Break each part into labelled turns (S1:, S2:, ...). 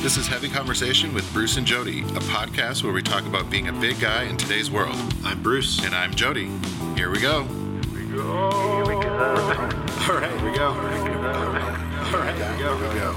S1: This is Heavy Conversation with Bruce and Jody, a podcast where we talk about being a big guy in today's world.
S2: I'm Bruce.
S1: And I'm Jody. Here we go.
S2: All right, here we go. All right, here we go. Here we go.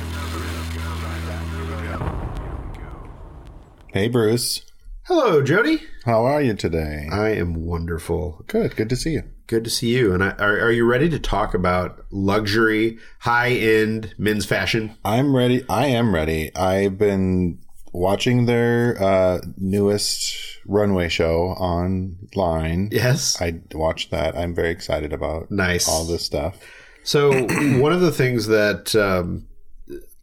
S1: Hey, Bruce.
S2: Hello, Jody.
S1: How are you today?
S2: I am wonderful.
S1: Good. Good to see you.
S2: Good to see you. And I, are, are you ready to talk about luxury, high end men's fashion?
S1: I'm ready. I am ready. I've been watching their uh, newest runway show online.
S2: Yes.
S1: I watched that. I'm very excited about
S2: Nice.
S1: all this stuff.
S2: So one of the things that um,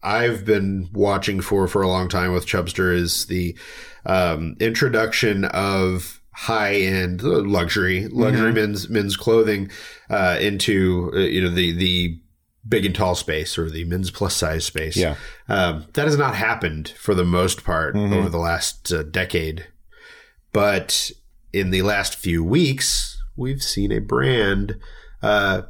S2: I've been watching for for a long time with Chubster is the um, introduction of high end luxury luxury men's men's clothing uh, into uh, you know the the big and tall space or the men's plus size space.
S1: Yeah.
S2: um, that has not happened for the most part over the last uh, decade, but in the last few weeks we've seen a brand. Uh,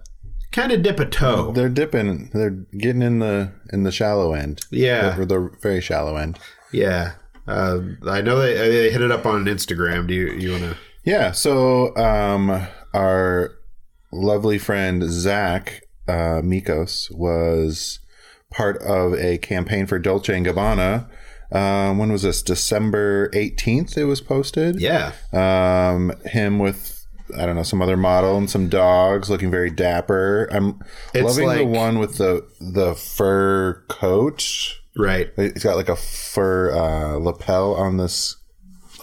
S2: kind of dip a toe.
S1: They're dipping. They're getting in the in the shallow end.
S2: Yeah.
S1: Or the very shallow end.
S2: Yeah. Uh, I know they, they hit it up on Instagram. Do you, you want to?
S1: Yeah. So um, our lovely friend Zach uh, Mikos was part of a campaign for Dolce and Gabbana. Um, when was this? December eighteenth. It was posted.
S2: Yeah.
S1: Um, him with I don't know some other model and some dogs, looking very dapper. I'm
S2: It's
S1: loving the
S2: like-
S1: one with the the fur coat.
S2: Right.
S1: It's got like a fur uh, lapel on this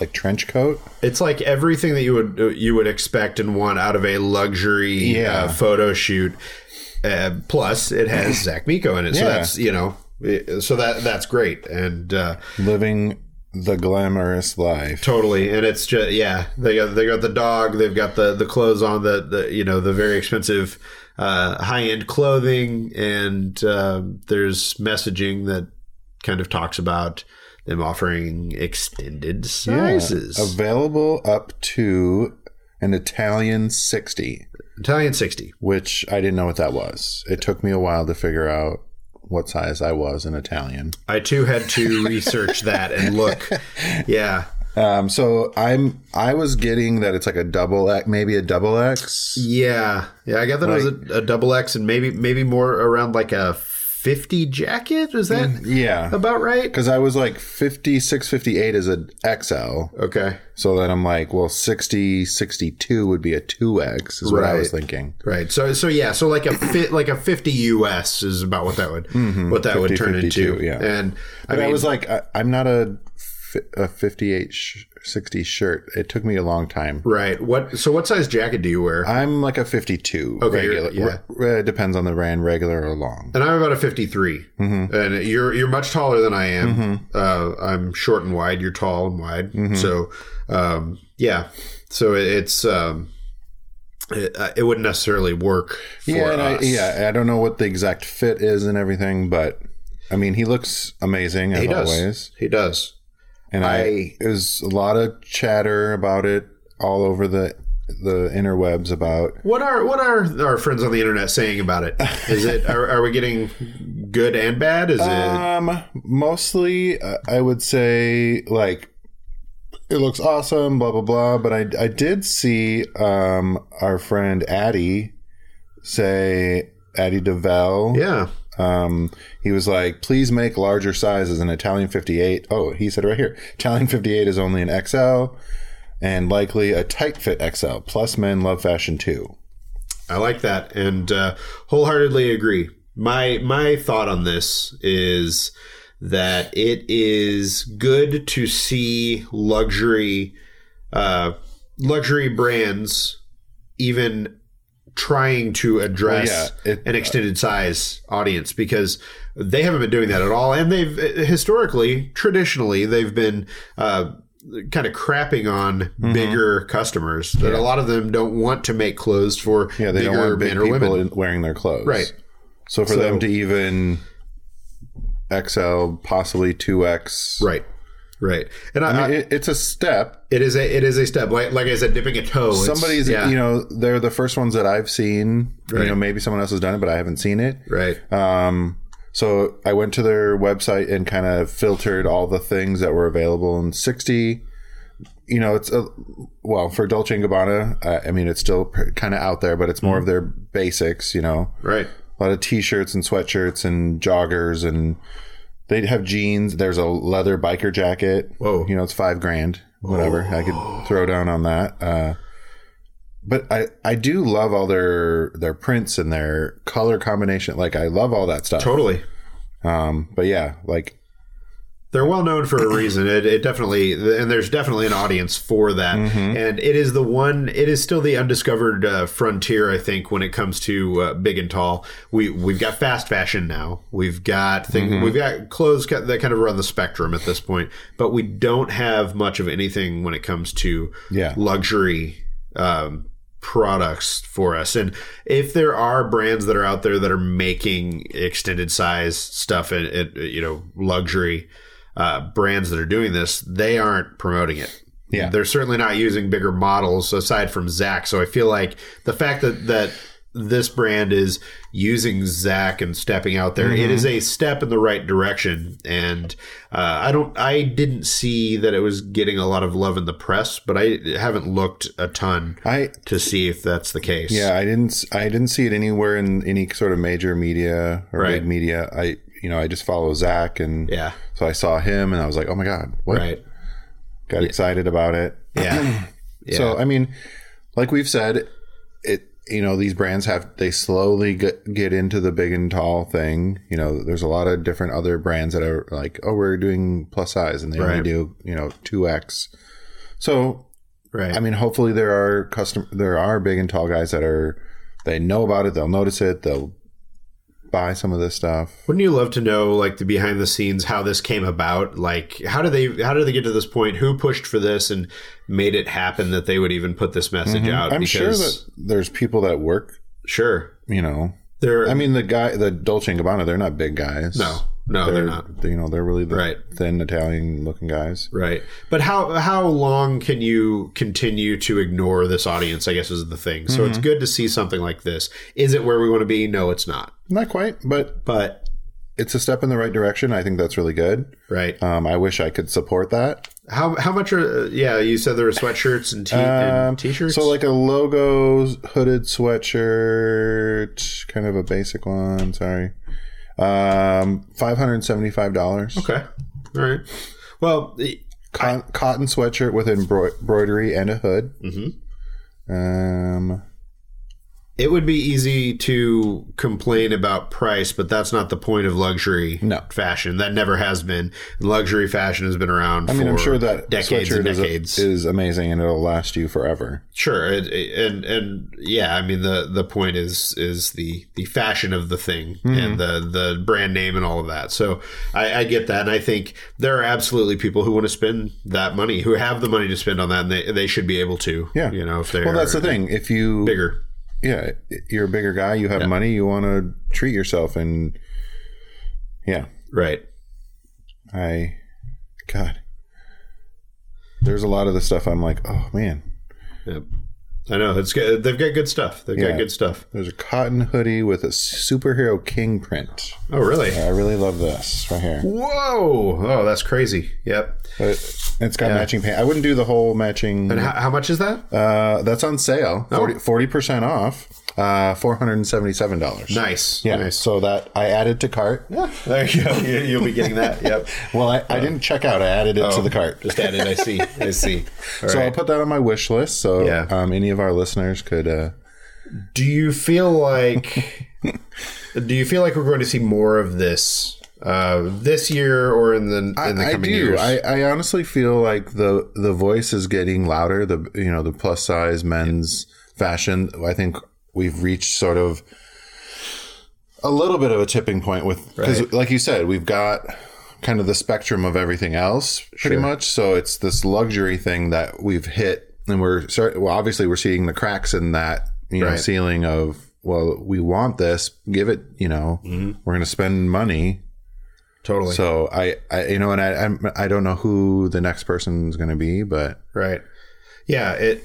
S1: like trench coat.
S2: It's like everything that you would you would expect and want out of a luxury
S1: Yeah.
S2: uh, photo shoot. Uh, plus, it has Zach Miko in it, so
S1: Yeah.
S2: that's you know, it- so that that's great and uh,
S1: living the glamorous life.
S2: totally. And it's just yeah, they got they got the dog, they've got the the clothes on the the you know the very expensive uh, high end clothing, and um there's messaging that kind of talks about them offering extended sizes.
S1: Available up to an Italian 60,
S2: Italian 60.
S1: which I didn't know what that was. It took me a while to figure out what size I was in Italian.
S2: I too had to research that and look. Yeah.
S1: Um, so I'm I was getting that it's like a double X, maybe a double X.
S2: Yeah. Yeah, I got that it was a, a double X and maybe maybe more around like a 50 jacket. Is that
S1: Mm. Yeah,
S2: about right?
S1: because I was like 56, 58 is a XL.
S2: Okay.
S1: So then I'm like, well, 60, 62 would be a 2X is what I was
S2: Right.
S1: thinking.
S2: Right. So so yeah, so like a fit like a 50 US is about what that would what that would
S1: 50,
S2: turn
S1: 52,
S2: into.
S1: Mm-hmm. yeah.
S2: And I
S1: But I
S2: mean,
S1: was like, I, I'm not a fi- a 58 sh- 60 shirt. It took me a long time.
S2: right. What so what size jacket do you wear?
S1: I'm like a 52.
S2: Okay,
S1: regular.
S2: you're- yeah.
S1: Re- uh, depends on the brand, regular or long.
S2: and I'm about a 53.
S1: Mm-hmm.
S2: And you're you're much taller than I am. Uh, I'm short and wide. You're tall and wide.
S1: Mm-hmm.
S2: So, um, yeah. So it, it's um, it, uh, it wouldn't necessarily work for
S1: yeah, and I,
S2: us.
S1: yeah. I don't know what the exact fit is and everything, but I mean, he looks amazing as
S2: he does.
S1: always.
S2: He does.
S1: And I,
S2: I-
S1: it was a lot of chatter about it all over the the interwebs about
S2: What are what are our friends on the internet saying about it? Is it are, are we getting good and bad? Is it
S1: Um, mostly, uh, I would say like it looks awesome, blah blah blah. But I I did see um our friend Addy say Addy DeVell.
S2: yeah?
S1: Um, he was like, please make larger sizes. An Italian 58. Oh, he said right here, Italian 58 is only an XL. And likely a tight fit XL. Plus, men love fashion too.
S2: I like that and uh, wholeheartedly agree. My my thought on this is that it is good to see luxury uh, luxury brands even trying to address
S1: Well, yeah, it-
S2: an extended size audience because they haven't been doing that at all and they've uh, historically traditionally they've been uh, kind of crapping on
S1: Mm-hmm.
S2: bigger customers that a lot of them don't want to make clothes for
S1: Yeah, they
S2: bigger
S1: don't want big
S2: men or
S1: people
S2: women
S1: in- wearing their clothes.
S2: Right.
S1: So for them to even XL, possibly 2X,
S2: right right and I,
S1: I
S2: I-
S1: mean, it, it's a step.
S2: it is a it is a step like like I said dipping a toe It's-
S1: Somebody's,
S2: yeah,
S1: you know, they're the first ones that I've seen. You
S2: Right.
S1: know, maybe someone else has done it, but I haven't seen it.
S2: right
S1: Um, So I went to their website and kind of filtered all the things that were available in 60. You know, it's a well for Dolce and Gabbana. Uh, I mean, it's still kind of out there, but it's more of their basics. You know,
S2: Right.
S1: a lot of t-shirts and sweatshirts and joggers and they have jeans there's a leather biker jacket
S2: Whoa.
S1: you know it's five grand whatever i could throw down on that uh but I, I do love all their their prints and their color combination. Like I love all that stuff.
S2: Totally.
S1: Um, but yeah, like
S2: They're well known for a reason. It, it definitely, and there's definitely an audience for that. And it is the one, it is still the undiscovered uh, frontier, I think, when it comes to uh, big and tall. We we've got fast fashion now. We've got things, we've got clothes ca- that kind of run the spectrum at this point. But we don't have much of anything when it comes to
S1: Yeah.
S2: luxury um, products for us. And if there are brands that are out there that are making extended size stuff and and, you know luxury uh, brands that are doing this, they aren't promoting it.
S1: Yeah.
S2: they're certainly not using bigger models aside from Zach. So I feel like the fact that that this brand is using Zach and stepping out there,
S1: Mm-hmm.
S2: it is a step in the right direction. And uh, I don't, I didn't see that it was getting a lot of love in the press, but I haven't looked a ton
S1: I
S2: to see if that's the case.
S1: yeah, I didn't s- I didn't see it anywhere in any sort of major media or
S2: Right.
S1: big media. I you know I just follow Zach and
S2: yeah,
S1: so I saw him and I was like, oh my god, what?
S2: right,
S1: Got excited about it.
S2: yeah, yeah.
S1: So I mean, like we've said, it you know these brands have they slowly get, get into the big and tall thing. You know, there's a lot of different other brands that are like, oh, we're doing plus size, and they
S2: Right.
S1: only do you know two X. So
S2: right,
S1: I mean, hopefully there are custom there are big and tall guys that are they know about it, they'll notice it, they'll buy some of this stuff.
S2: Wouldn't you love to know, like, the behind the scenes, how this came about? Like, how do they, how did they get to this point? Who pushed for this and made it happen that they would even put this message out?
S1: Mm-hmm. I'm sure that there's people that work.
S2: sure,
S1: You know,
S2: they're,
S1: I mean, the guy, the Dolce and Gabbana, they're not big guys.
S2: no, no, Oh, they're, not
S1: You know, they're really the
S2: Right.
S1: thin Italian-looking guys.
S2: right. But how how long can you continue to ignore this audience? I guess is the thing. So
S1: Mm-hmm.
S2: it's good to see something like this. Is it where we want to be? No, it's not.
S1: Not quite, but
S2: But
S1: it's a step in the right direction. I think that's really good.
S2: right,
S1: Um, I wish I could support that.
S2: how how much are? Yeah, you said there were sweatshirts and, t-
S1: Um,
S2: and t-shirts.
S1: So, like a logo hooded sweatshirt, kind of a basic one. Sorry, um, five hundred seventy-five dollars.
S2: okay, all right. Well,
S1: Con- cotton sweatshirt with embroid- embroidery and a hood. Mm-hmm. Um,
S2: It would be easy to complain about price, but that's not the point of luxury
S1: No.
S2: fashion. That never has been. Luxury fashion has been around.
S1: I mean,
S2: for
S1: I'm sure that
S2: decades and
S1: sweatshirt is,
S2: decades.
S1: is amazing and it'll last you forever.
S2: sure, it, it- and and yeah, I mean the the point is is the the fashion of the thing
S1: Mm-hmm.
S2: and the the brand name and all of that. So I, I get that, and I think there are absolutely people who want to spend that money, who have the money to spend on that, and they they should be able to.
S1: Yeah.
S2: you know, if they're
S1: Well, that's the thing. If you
S2: bigger.
S1: yeah, you're a bigger guy, you have money, you want to treat yourself, and yeah,
S2: Right.
S1: I, God, there's a lot of the stuff I'm like, oh man,
S2: Yep. I know it's good. They've got good stuff. They've got
S1: Yeah.
S2: good stuff.
S1: there's a cotton hoodie with a superhero king print.
S2: Oh, really?
S1: I really love this right here.
S2: Whoa! Oh, that's crazy. Yep.
S1: But it's got matching paint. I wouldn't do the whole matching.
S2: And how, Oh. how much is that?
S1: Uh, that's on sale, 40 percent off, uh, four hundred and seventy-seven dollars.
S2: Nice.
S1: Yeah,
S2: Nice.
S1: so that I added to cart.
S2: There you go. You, you'll be getting that. Yep.
S1: Well, I, I didn't check out. I added it
S2: Oh.
S1: to the cart.
S2: Just added. I see. I see. All
S1: So
S2: right.
S1: I'll put that on my wish list. So
S2: Yeah.
S1: um, any of our listeners could. Uh,
S2: do you feel like? do you feel like we're going to see more of this uh, this year or in the in the
S1: I
S2: coming
S1: do.
S2: years?
S1: I, I honestly feel like the the voice is getting louder. The you know the plus size men's fashion. I think we've reached sort of a little bit of a tipping point with because like you said we've got kind of the spectrum of everything else pretty much so it's this luxury thing that we've hit and we're start, well obviously we're seeing the cracks in that you know
S2: Right.
S1: ceiling of well we want this give it you know
S2: Mm-hmm.
S1: we're going to spend money
S2: totally.
S1: so I, I you know, and I, I'm, I don't know who the next person is going to be, but
S2: Right. Yeah. It.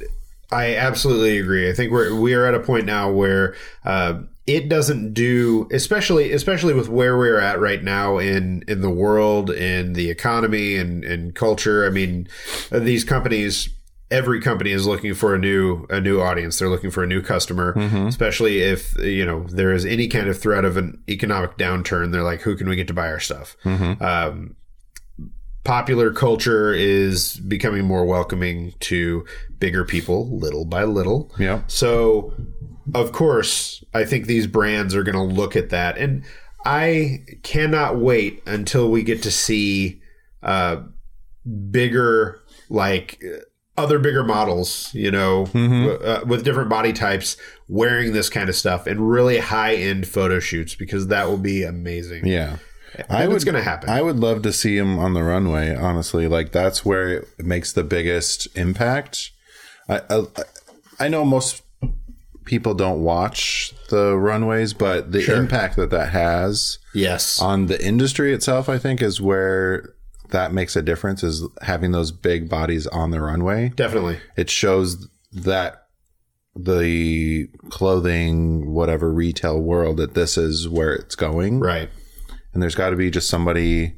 S2: I absolutely agree. I think we're we are at a point now where uh, it doesn't do especially especially with where we're at right now in in the world in the economy and and culture i mean these companies every company is looking for a new a new audience they're looking for a new customer especially if you know there is any kind of threat of an economic downturn they're like who can we get to buy our stuff
S1: uh,
S2: um, popular culture is becoming more welcoming to bigger people little by little
S1: Yeah.
S2: so, of course, I think these brands are going to look at that, and I cannot wait until we get to see uh, bigger, like uh, other bigger models, you know,
S1: Mm-hmm.
S2: w- uh, with different body types wearing this kind of stuff and really high end photo shoots because that will be amazing.
S1: Yeah.
S2: I
S1: I
S2: think it's
S1: would,
S2: going to happen.
S1: I would love to see him on the runway, honestly. Like, that's where it makes the biggest impact. I, I, I know most people don't watch the runways, but the impact that that has
S2: yes.
S1: on the industry itself, I think, is where that makes a difference is having those big bodies on the runway.
S2: Definitely.
S1: It shows that the clothing, whatever retail world, that this is where it's going
S2: Right.
S1: and there's got to be just somebody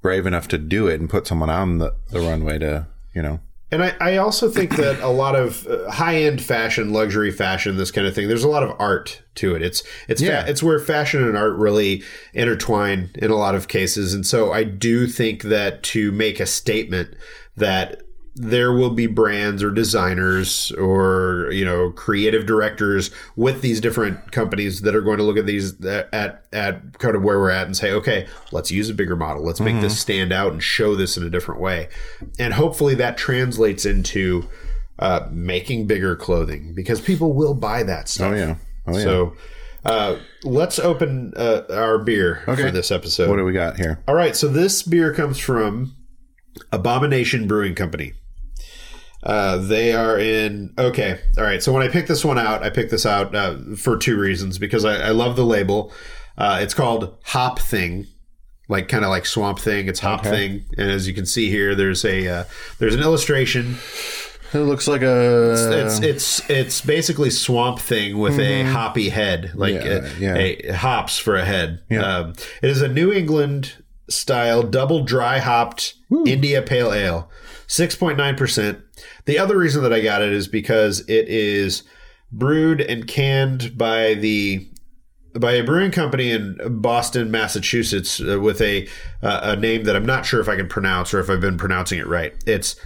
S1: brave enough to do it and put someone on the, the runway to you know
S2: And I, I also think that a lot of uh, high-end fashion, luxury fashion, this kind of thing, there's a lot of art to it. It's it's fa-
S1: Yeah.
S2: it's where fashion and art really intertwine in a lot of cases. And so I do think that to make a statement that there will be brands or designers or you know creative directors with these different companies that are going to look at these at at kind of where we're at and say okay let's use a bigger model let's make
S1: Mm-hmm.
S2: this stand out and show this in a different way and hopefully that translates into uh, making bigger clothing because people will buy that stuff
S1: oh yeah oh yeah
S2: so uh, let's open uh, our beer for
S1: Okay.
S2: this episode
S1: what do we got here
S2: all right, so this beer comes from Abomination Brewing Company. Uh, they are in okay. All right, so when I picked this one out, I picked this out uh, for two reasons because I, I love the label. Uh, it's called Hop Thing, like kind of like Swamp Thing. It's Hop Thing, and as you can see here, there's a uh, there's an illustration.
S1: it looks like a
S2: It's it's it's basically Swamp Thing with a hoppy head, like
S1: Yeah,
S2: a,
S1: yeah.
S2: a- hops for a head.
S1: Yeah.
S2: Um, it is a New England style double dry hopped India Pale Ale, six point nine percent. The other reason that I got it is because it is brewed and canned by the by a brewing company in Boston, Massachusetts, uh, with a uh, a name that I'm not sure if I can pronounce or if I've been pronouncing it right. It's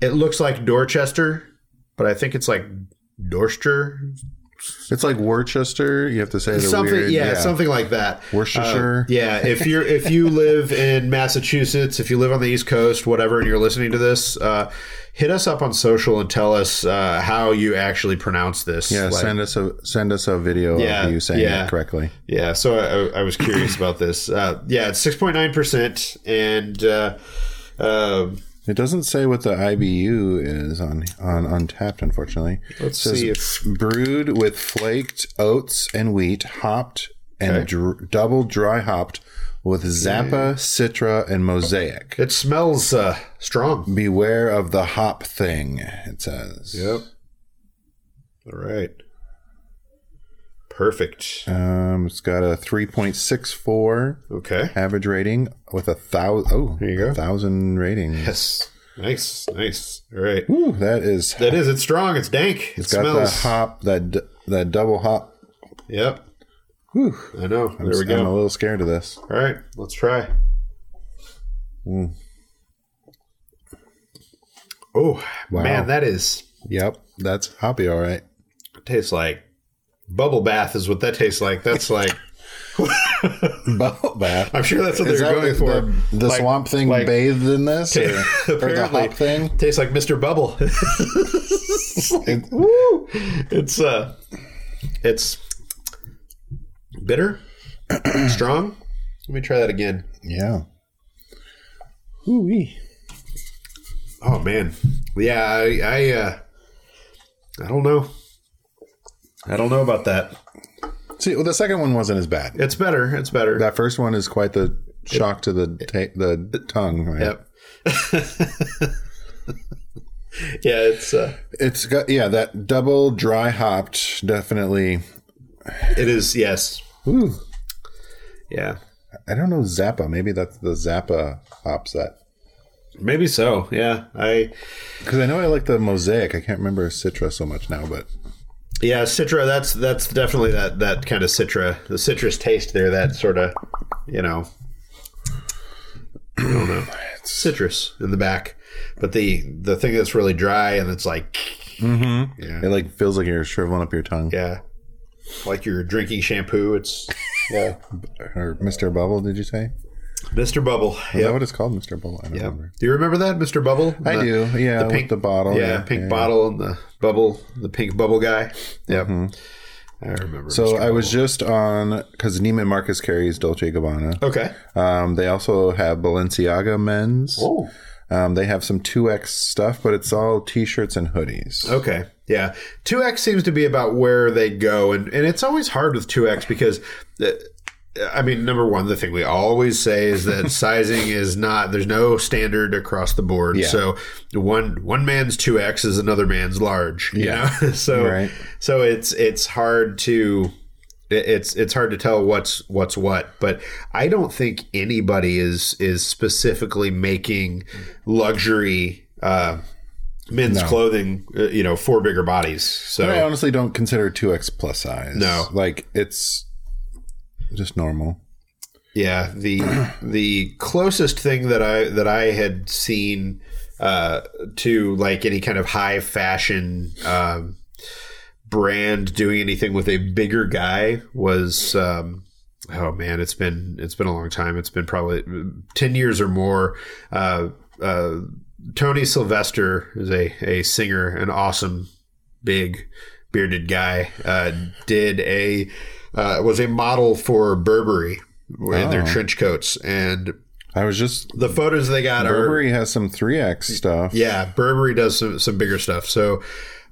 S2: it looks like Dorchester, but I think it's like Dorchester,
S1: it's like worcester you have to say the
S2: something,
S1: weird,
S2: yeah, something like that. Uh,
S1: worcestershire
S2: Yeah, if you're if you live in Massachusetts, if you live on the East Coast, whatever, and you're listening to this, uh, hit us up on social and tell us uh, how you actually pronounce this.
S1: yeah,
S2: Like-
S1: send us a send us a video
S2: Yeah,
S1: of you saying
S2: yeah.
S1: it correctly.
S2: Yeah, so I, I was curious about this. Uh, yeah, it's six point nine percent, and uh, uh,
S1: It doesn't say what the IBU is on on Untapped, unfortunately.
S2: let's
S1: says
S2: see if
S1: brewed with flaked oats and wheat, hopped and dr- double dry hopped with Zappa, Citra, and Mosaic.
S2: it smells uh, strong.
S1: Beware of the hop thing, it says.
S2: All right. Perfect.
S1: Um, it's got a 3.64
S2: Okay.
S1: average rating with a thousand. Oh,
S2: There you go.
S1: a thousand ratings.
S2: Yes. Nice. Nice. All right.
S1: Ooh, that is-
S2: That is. It's strong. It's dank. It
S1: it's got
S2: smells.
S1: that hop, that d- that double hop.
S2: Yep.
S1: Whew.
S2: I know. There we
S1: I'm a
S2: go.
S1: little scared of this.
S2: All right. Let's try.
S1: Mm.
S2: Oh man, that is
S1: Yep, that's hoppy, all right.
S2: tastes like bubble bath is what that tastes like. That's like
S1: Bubble bath.
S2: I'm sure that's what
S1: Is
S2: they're
S1: that
S2: going
S1: the,
S2: for.
S1: the, the
S2: Like-
S1: swamp thing
S2: like-
S1: bathed in this, or, or the
S2: Apparently.
S1: hop thing?
S2: Tastes like Mr. Bubble. It's like, woo. It's uh it's bitter, strong. Let me try that again.
S1: Yeah. Ooh-wee.
S2: Oh man. Yeah, I I uh I don't know. I don't know about that.
S1: See, well, the second one wasn't as bad.
S2: It's better. It's better.
S1: That first one is quite the shock to the ta- the tongue. Right?
S2: Yep. yeah, it's uh
S1: It's got yeah that double dry hopped definitely
S2: It is yes,
S1: Ooh,
S2: yeah,
S1: I don't know Zappa. Maybe that's the Zappa offset.
S2: maybe so. Yeah, I
S1: Because I know I like the mosaic. I can't remember Citra so much now, but
S2: yeah Citra. That's that's definitely that that kind of Citra, the citrus taste there. That sort of you know, I don't know, citrus in the back. But the the thing that's really dry and it's like yeah
S1: it like feels like you're shriveling up your tongue.
S2: yeah, like you're drinking shampoo. It's yeah,
S1: Or Mr. Bubble, did you say?
S2: Mr. Bubble.
S1: Is
S2: Yeah.
S1: that what it's called, Mr. Bubble? I don't remember.
S2: Do you remember that, Mr. Bubble?
S1: I
S2: The-
S1: do. Oh, Yeah,
S2: the
S1: the
S2: pink-
S1: with the bottle.
S2: yeah, pink bottle and the bubble, the pink bubble guy. Yep. I remember.
S1: So
S2: Mr.
S1: I was just on because Neiman Marcus carries Dolce Gabbana.
S2: okay.
S1: Um, they also have Balenciaga men's.
S2: Oh,
S1: Um, they have some 2X stuff, but it's all t shirts and hoodies.
S2: okay. Yeah, two X seems to be about where they go, and and it's always hard with two X because. Uh, I mean, number one, the thing we always say is that sizing is not. There's no standard across the board. So one one man's two X is another man's large. You
S1: Yeah.
S2: know? so
S1: Right.
S2: so it's it's hard to it- it's it's hard to tell what's what's what but i don't think anybody is is specifically making luxury uh men's clothing uh, you know for bigger bodies
S1: But I
S2: so
S1: honestly don't consider 2X plus size.
S2: No.
S1: Like it's just normal.
S2: yeah the the closest thing that i that i had seen uh to like any kind of high fashion um brand doing anything with a bigger guy was um oh man it's been it's been a long time it's been probably 10 years or more uh uh tony sylvester is a a singer an awesome big bearded guy uh did a uh was a model for burberry in their
S1: Oh.
S2: trench coats and
S1: I was just.
S2: the photos they got are
S1: Burberry has some 3X stuff.
S2: yeah, Burberry does some, some bigger stuff. So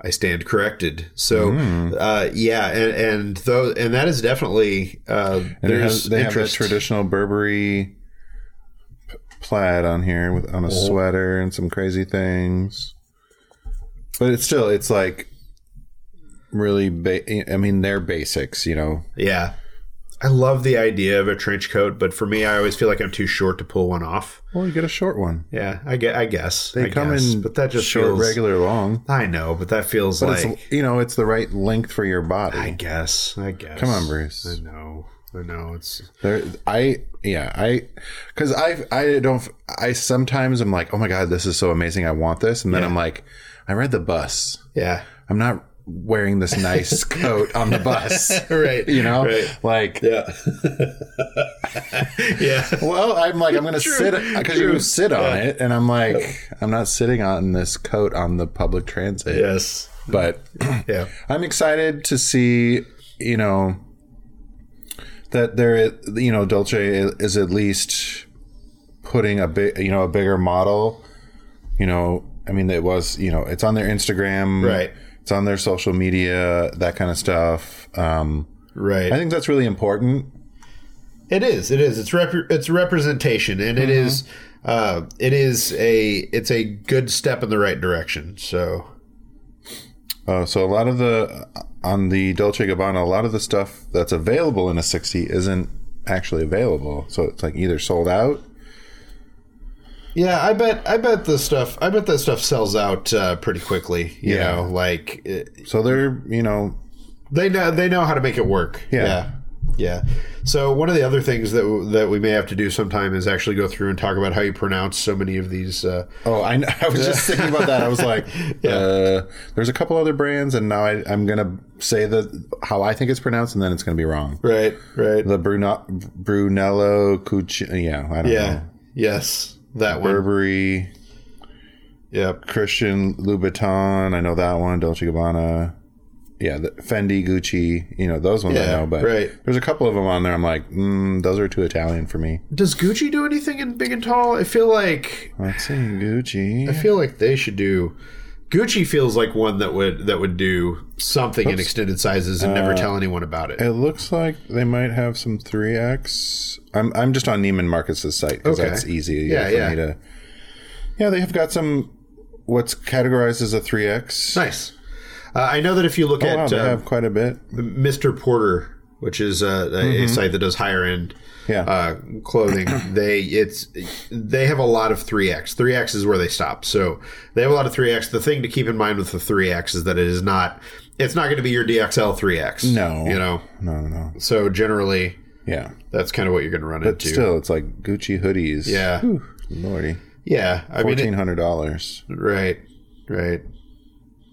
S2: I stand corrected. So
S1: Hmm.
S2: uh, yeah, and and though and that is definitely uh,
S1: And it has,
S2: there's
S1: they
S2: interest.
S1: have that traditional Burberry p- plaid on here with
S2: Oh.
S1: on a sweater and some crazy things. But it's still it's like really ba- I mean they're basics, you know.
S2: yeah, I love the idea of a trench coat, but for me, I always feel like I'm too short to pull one off.
S1: Well, you get a short one.
S2: Yeah, I get. I guess
S1: They
S2: I
S1: come
S2: guess.
S1: in
S2: but that just
S1: short,
S2: feels.
S1: regular, long.
S2: I know, but that feels
S1: But
S2: like.
S1: it's you know, it's the right length for your body.
S2: I guess. I guess.
S1: Come on,
S2: I
S1: Bruce.
S2: know. I know. It's
S1: There, I yeah, I because I I don't I sometimes I'm like, oh my god, this is so amazing, I want this, and then I'm like, I read the bus.
S2: yeah.
S1: I'm not wearing this nice coat on the bus.
S2: Right.
S1: You know,
S2: Right.
S1: like,
S2: Yeah. yeah.
S1: well, I'm like, I'm going to sit because you sit on it. And I'm like, I'm not sitting on this coat on the public transit.
S2: Yes.
S1: But
S2: Yeah.
S1: I'm excited to see, you know, that there, is- you know, Dolce is at least putting a big, you know, a bigger model. You know, I mean, it was, you know, it's on their Instagram,
S2: Right.
S1: It's on their social media, that kind of stuff. Um,
S2: Right.
S1: I think that's really important.
S2: It is. It is. It's rep- it's representation, and it is. Uh, it is a. It's a good step in the right direction. So
S1: Uh, so a lot of the on the Dolce Gabbana, a lot of the stuff that's available in a sixty isn't actually available. So it's like either sold out.
S2: yeah, I bet. I bet the stuff. I bet that stuff sells out uh, pretty quickly. You
S1: Yeah.
S2: know, like it,
S1: So they're you know
S2: they know they know how to make it work.
S1: Yeah.
S2: yeah. Yeah. So one of the other things that w- that we may have to do sometime is actually go through and talk about how you pronounce so many of these. Uh,
S1: Oh, I, kn- I was just thinking about that. I was like, uh, there's a couple other brands, and now I, I'm gonna say the how I think it's pronounced, and then it's gonna be wrong.
S2: right. Right.
S1: The Bruno, Brunello Cucci, yeah, I don't
S2: Yeah.
S1: know.
S2: Yes. That one.
S1: Burberry,
S2: Yep.
S1: Christian Louboutin, I know that one. Dolce Gabbana, yeah, the Fendi, Gucci, you know those ones
S2: Yeah,
S1: I know. But
S2: right.
S1: there's a couple of them on there. I'm like, mm, those are too Italian for me.
S2: Does Gucci do anything in big and tall? I feel like
S1: Let's see, Gucci.
S2: I feel like they should do. Gucci feels like one that would that would do something in extended sizes and
S1: Uh,
S2: never tell anyone about it.
S1: It looks like they might have some 3X. I'm, I'm just on Neiman Marcus's site because
S2: Okay.
S1: that's easy
S2: Yeah,
S1: for
S2: yeah.
S1: me to. Yeah, they have got some what's categorized as a 3X.
S2: Nice. Uh, I know that if you look
S1: Oh, wow,
S2: at
S1: they
S2: uh,
S1: have quite a bit.
S2: Mr. Porter, which is uh, a,
S1: Mm-hmm.
S2: a site that does higher end
S1: Yeah.
S2: uh, clothing, they it's they have a lot of three X. Three X is where they stop. So they have a lot of three X. The thing to keep in mind with the three X is that it is not it's not going to be your DXL three X.
S1: No.
S2: you know.
S1: no, no, no.
S2: So generally,
S1: Yeah.
S2: that's kind of what you're going to run
S1: But
S2: into.
S1: still, it's like Gucci hoodies.
S2: Yeah.
S1: Whew, Lordy.
S2: yeah, I mean, it-
S1: $1,400.
S2: Right, right.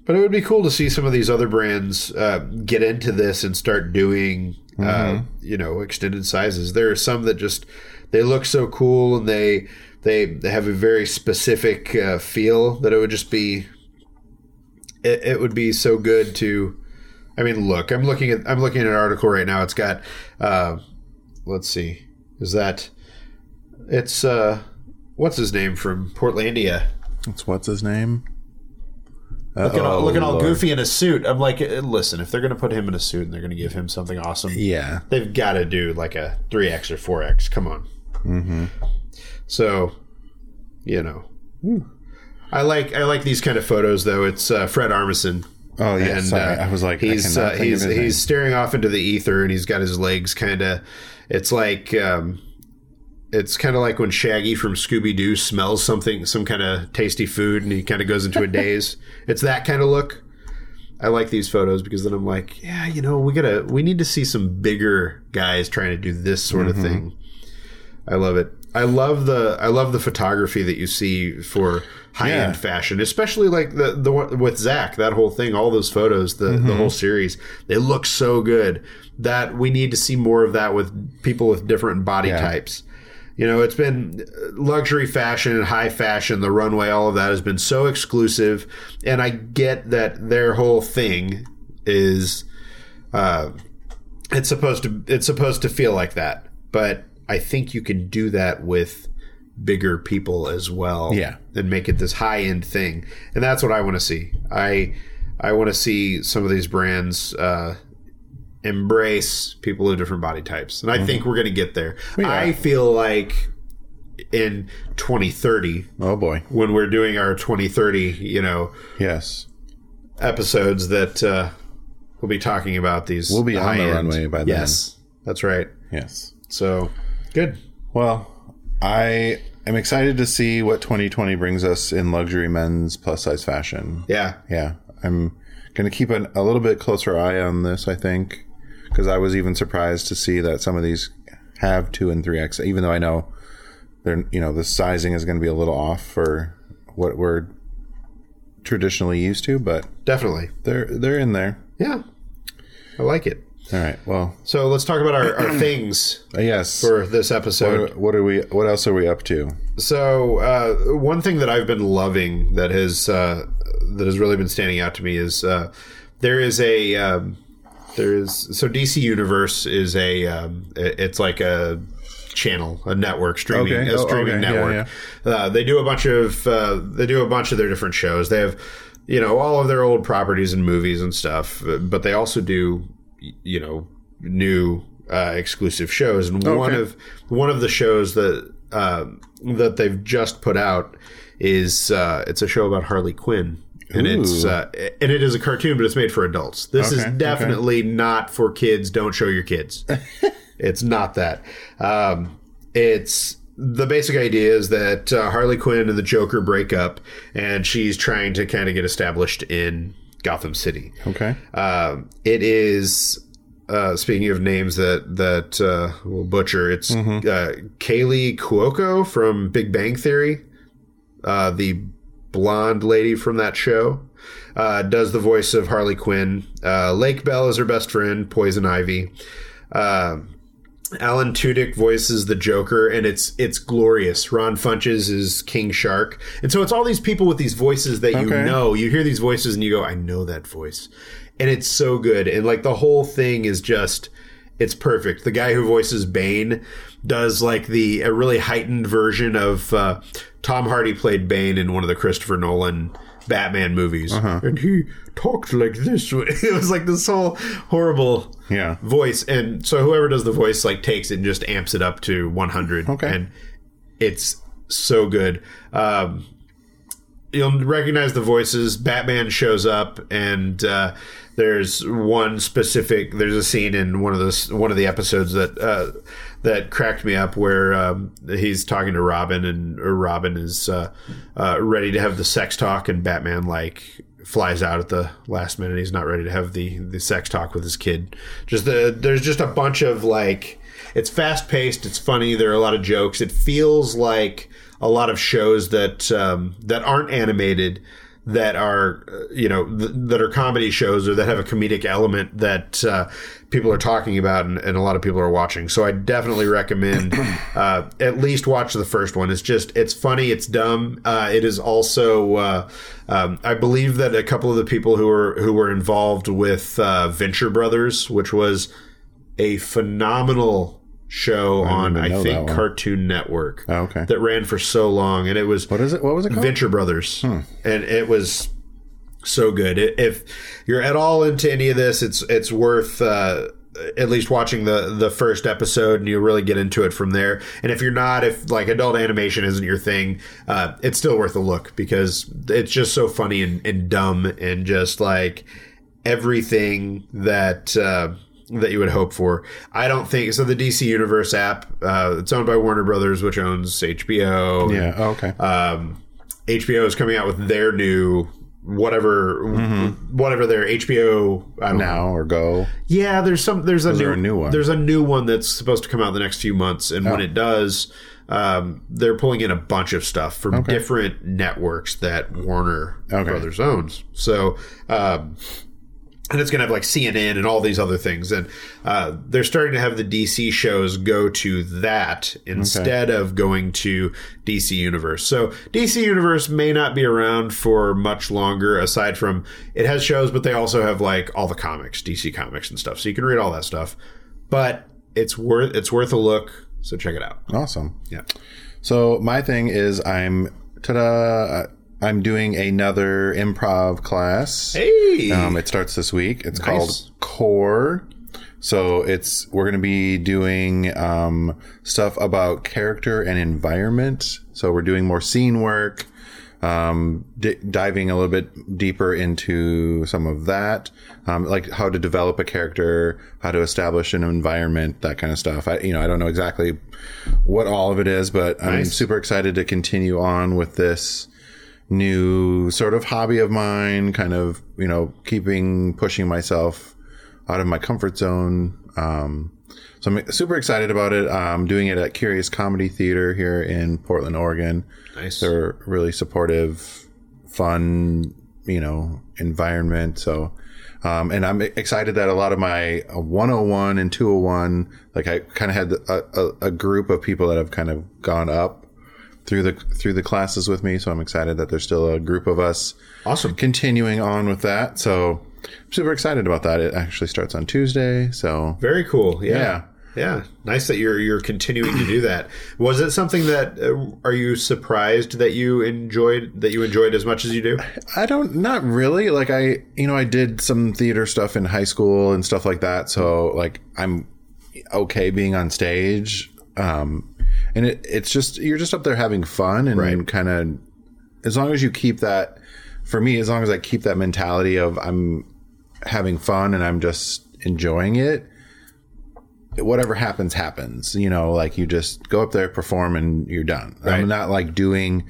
S2: But it would be cool to see some of these other brands uh, get into this and start doing, uh, you know, extended sizes. There are some that just they look so cool and they they, they have a very specific uh, feel that it would just be. It, it would be so good to. I mean, look, I'm looking at I'm looking at an article right now. It's got, uh, let's see, is that, it's uh, what's his name from Portlandia.
S1: That's what's his name?
S2: Looking, all,
S1: Uh-oh,
S2: looking all
S1: Oh, Lord.
S2: goofy in a suit. I'm like, eh, listen, if they're going to put him in a suit and they're going to give him something awesome,
S1: Yeah.
S2: they've got to do like a 3X or 4X. Come on. Mm-hmm. So, you know. I like I like these kind of photos though. It's uh, Fred Armisen,
S1: Oh, yeah.
S2: and
S1: sorry.
S2: uh,
S1: I was like, I
S2: he's
S1: cannot
S2: uh,
S1: think of
S2: he's
S1: his name.
S2: he's staring off into the ether, and he's got his legs kind of. It's like um, it's kind of like when Shaggy from Scooby Doo smells something, some kind of tasty food, and he kind of goes into a daze. It's that kind of look. I like these photos because then I'm like, yeah, you know, we gotta, we need to see some bigger guys trying to do this sort
S1: Mm-hmm.
S2: of thing. I love it. I love the, I love the photography that you see for high end
S1: Yeah.
S2: fashion, especially like the the one with Zach. That whole thing, all those photos, the the whole series, they look so good that we need to see more of that with people with different body types. You know, it's been uh, luxury fashion and high fashion, the runway, all of that has been so exclusive. And I get that their whole thing is uh, it's supposed to it's supposed to feel like that. But I think you can do that with bigger people as well.
S1: Yeah.
S2: And make it this high end thing. And that's what I want to see. I I want to see some of these brands uh embrace people of different body types. And I
S1: Mm-hmm.
S2: think we're going to get there. I feel like in 2030
S1: oh, boy.
S2: when we're doing our 2030, you know,
S1: Yes.
S2: episodes that uh we'll be talking about these
S1: We'll be on the
S2: high-end-
S1: runway by then.
S2: Yes. That's right.
S1: Yes.
S2: So, good.
S1: Well, I am excited to see what 2020 brings us in luxury men's plus size fashion.
S2: Yeah.
S1: Yeah, I'm going to keep an, a little bit closer eye on this, I think, because I was even surprised to see that some of these have 2 and 3X, even though I know they're, you know, the sizing is going to be a little off for what we're traditionally used to, but
S2: Definitely.
S1: they're they're in there.
S2: Yeah. I like it.
S1: All right. Well, uh,
S2: So, let's talk about our, our things
S1: yes.
S2: for this episode.
S1: what are we what else are we up to?
S2: So uh, one thing that I've been loving that has uh, that has really been standing out to me is uh, there is a um, there is so DC Universe is a um, it- it's like a channel a network streaming
S1: Okay.
S2: a
S1: Oh,
S2: streaming
S1: okay. Yeah,
S2: network.
S1: yeah.
S2: Uh, they do a bunch of uh, they do a bunch of their different shows. They have you know all of their old properties and movies and stuff, but they also do y- you know new uh, exclusive shows. And
S1: Oh,
S2: one of one of the shows that uh, that they've just put out is uh, it's a show about Harley Quinn. And it's
S1: Ooh.
S2: uh, and it is a cartoon, but it's made for adults. This
S1: Okay,
S2: is
S1: okay.
S2: definitely not for kids. Don't show your kids. It's not that. Um, it's the basic idea is that uh, Harley Quinn and the Joker break up, and she's trying to kind of get established in Gotham City.
S1: Okay.
S2: Um, it is uh, speaking of names that that uh, will butcher. It's uh, Kaylee Cuoco from Big Bang Theory, uh, the blonde lady from that show. Uh, does the voice of Harley Quinn. Uh, Lake Bell is her best friend. Poison Ivy. Um, Alan Tudyk voices the Joker, and it's it's glorious. Ron Funches is King Shark, and so it's all these people with these voices that you
S1: Okay.
S2: know. Oh, You hear these voices, and you go, "I know that voice," and it's so good. And like the whole thing is just. It's perfect. The guy who voices Bane does like the a really heightened version of uh, Tom Hardy played Bane in one of the Christopher Nolan Batman movies, and he talked like this. It was like this whole horrible
S1: Yeah.
S2: voice and so whoever does the voice like takes it and just amps it up to 100
S1: Okay.
S2: Uh, and it's so good um you'll recognize the voices. Batman shows up, and uh, there's one specific. There's a scene in one of those one of the episodes that uh, that cracked me up where um, he's talking to Robin, and or Robin is uh, uh, ready to have the sex talk, and Batman like flies out at the last minute. He's not ready to have the the sex talk with his kid. Just the there's just a bunch of like. It's fast paced. It's funny. There are a lot of jokes. It feels like a lot of shows that um, that aren't animated that are uh, you know th- that are comedy shows or that have a comedic element that uh, people are talking about and, and a lot of people are watching so i definitely recommend uh, at least watch the first one it's just it's funny it's dumb uh, it is also uh, um, i believe that a couple of the people who were who were involved with uh, venture brothers which was a phenomenal show on
S1: even
S2: i
S1: know that
S2: think
S1: one.
S2: cartoon network
S1: Oh, okay.
S2: that ran for so long, and it was
S1: What is it? What was it called?
S2: Venture Brothers, and it was so good. I- If you're at all into any of this, it's it's worth uh, at least watching the the first episode, and you really get into it from there. And if you're not, if like adult animation isn't your thing, uh, it's still worth a look because it's just so funny and, and dumb, and just like everything that. Uh, that you would hope for. I don't think so. The DC Universe app, uh, it's owned by Warner Brothers, which owns HBO, and
S1: yeah. Oh, okay.
S2: um, HBO is coming out with their new whatever whatever their HBO I don't know.
S1: now or go.
S2: Yeah, there's some there's a, new,
S1: are a new one.
S2: There's a new one Oh. that's supposed to come out in the next few months, and when it does, um, they're pulling in a bunch of stuff from different networks that Warner
S1: Okay.
S2: Brothers owns. So. Um, and it's going to have like CNN and all these other things. And uh, they're starting to have the DC shows go to that instead of going to DC Universe. So DC Universe may not be around for much longer, aside from it has shows, but they also have like all the comics, DC comics and stuff. So you can read all that stuff. But it's worth it's worth a look. So check it out.
S1: Awesome.
S2: Yeah.
S1: So my thing is I'm ta-da. I'm doing another improv class.
S2: Hey,
S1: Um, it starts this week. It's called Core. So it's we're going to be doing um, stuff about character and environment. So we're doing more scene work, um, di- diving a little bit deeper into some of that, um, like how to develop a character, how to establish an environment, that kind of stuff. I, you know, I don't know exactly what all of it is, but I'm super excited to continue on with this new sort of hobby of mine, kind of, you know, keeping pushing myself out of my comfort zone. Um, so I'm super excited about it. I'm doing it at Curious Comedy Theater here in Portland, Oregon.
S2: nice.
S1: They're really supportive, fun, you know, environment. So, um, and I'm excited that a lot of my uh, 101 and 201, like I kind of had a, a, a group of people that have kind of gone up through the through the classes with me. So I'm excited that there's still a group of us
S2: Awesome.
S1: continuing on with that. So I'm super excited about that. It actually starts on Tuesday. So
S2: Very cool. Yeah.
S1: Yeah.
S2: yeah. nice that you're you're continuing to do that. Was it something that uh, are you surprised that you enjoyed that you enjoyed as much as you do?
S1: I don't, not really. Like I, you know, I did some theater stuff in high school and stuff like that. So like I'm okay being on stage. Um, and it, it's just, you're just up there having fun and kind of, as long as you keep that, for me, as long as I keep that mentality of I'm having fun and I'm just enjoying it, whatever happens, happens. You know, like you just go up there, perform, and you're done. I'm not like doing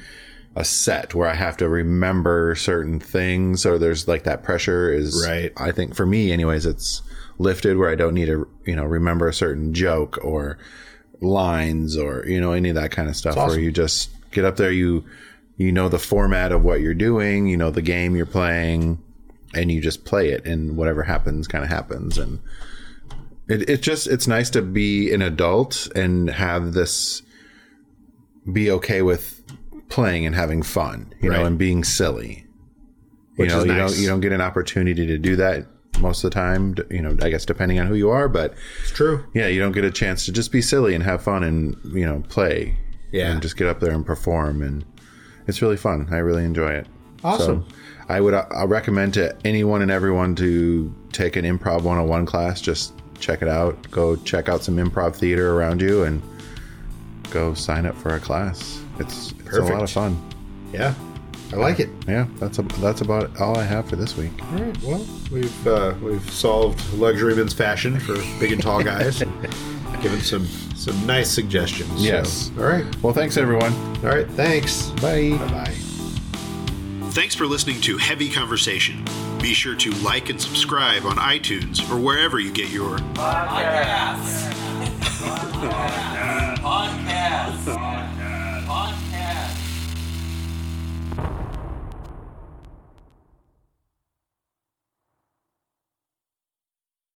S1: a set where I have to remember certain things or there's like that pressure is
S2: Right.
S1: I think for me anyways it's lifted where I don't need to you know remember a certain joke or lines or you know any of that kind of stuff where you just get up there you you know the format of what you're doing you know the game you're playing and you just play it and whatever happens kind of happens and it, it just it's nice to be an adult and have this be okay with playing and having fun you know
S2: Right.
S1: and being silly you
S2: Which
S1: know
S2: is
S1: you
S2: nice.
S1: don't you don't get an opportunity to do that most of the time d- you know i guess depending on who you are but
S2: It's true.
S1: yeah you don't get a chance to just be silly and have fun and you know play
S2: Yeah.
S1: and just get up there and perform and it's really fun i really enjoy it
S2: Awesome.
S1: so i would uh, I recommend to anyone and everyone to take an improv 101 class just check it out go check out some improv theater around you and go sign up for a class it's, it's a lot
S2: Perfect.
S1: of fun
S2: Yeah. I like it.
S1: Yeah, that's a, that's about all I have for this week.
S2: All right. Well, we've uh, we've solved luxury men's fashion for big and tall guys. given some some nice suggestions. So,
S1: Yes.
S2: all right.
S1: Well, thanks everyone.
S2: All right. Thanks.
S1: Bye.
S2: Bye bye.
S3: Thanks for listening to Heavy Conversation. Be sure to like and subscribe on iTunes or wherever you get your
S4: Podcast. Podcast.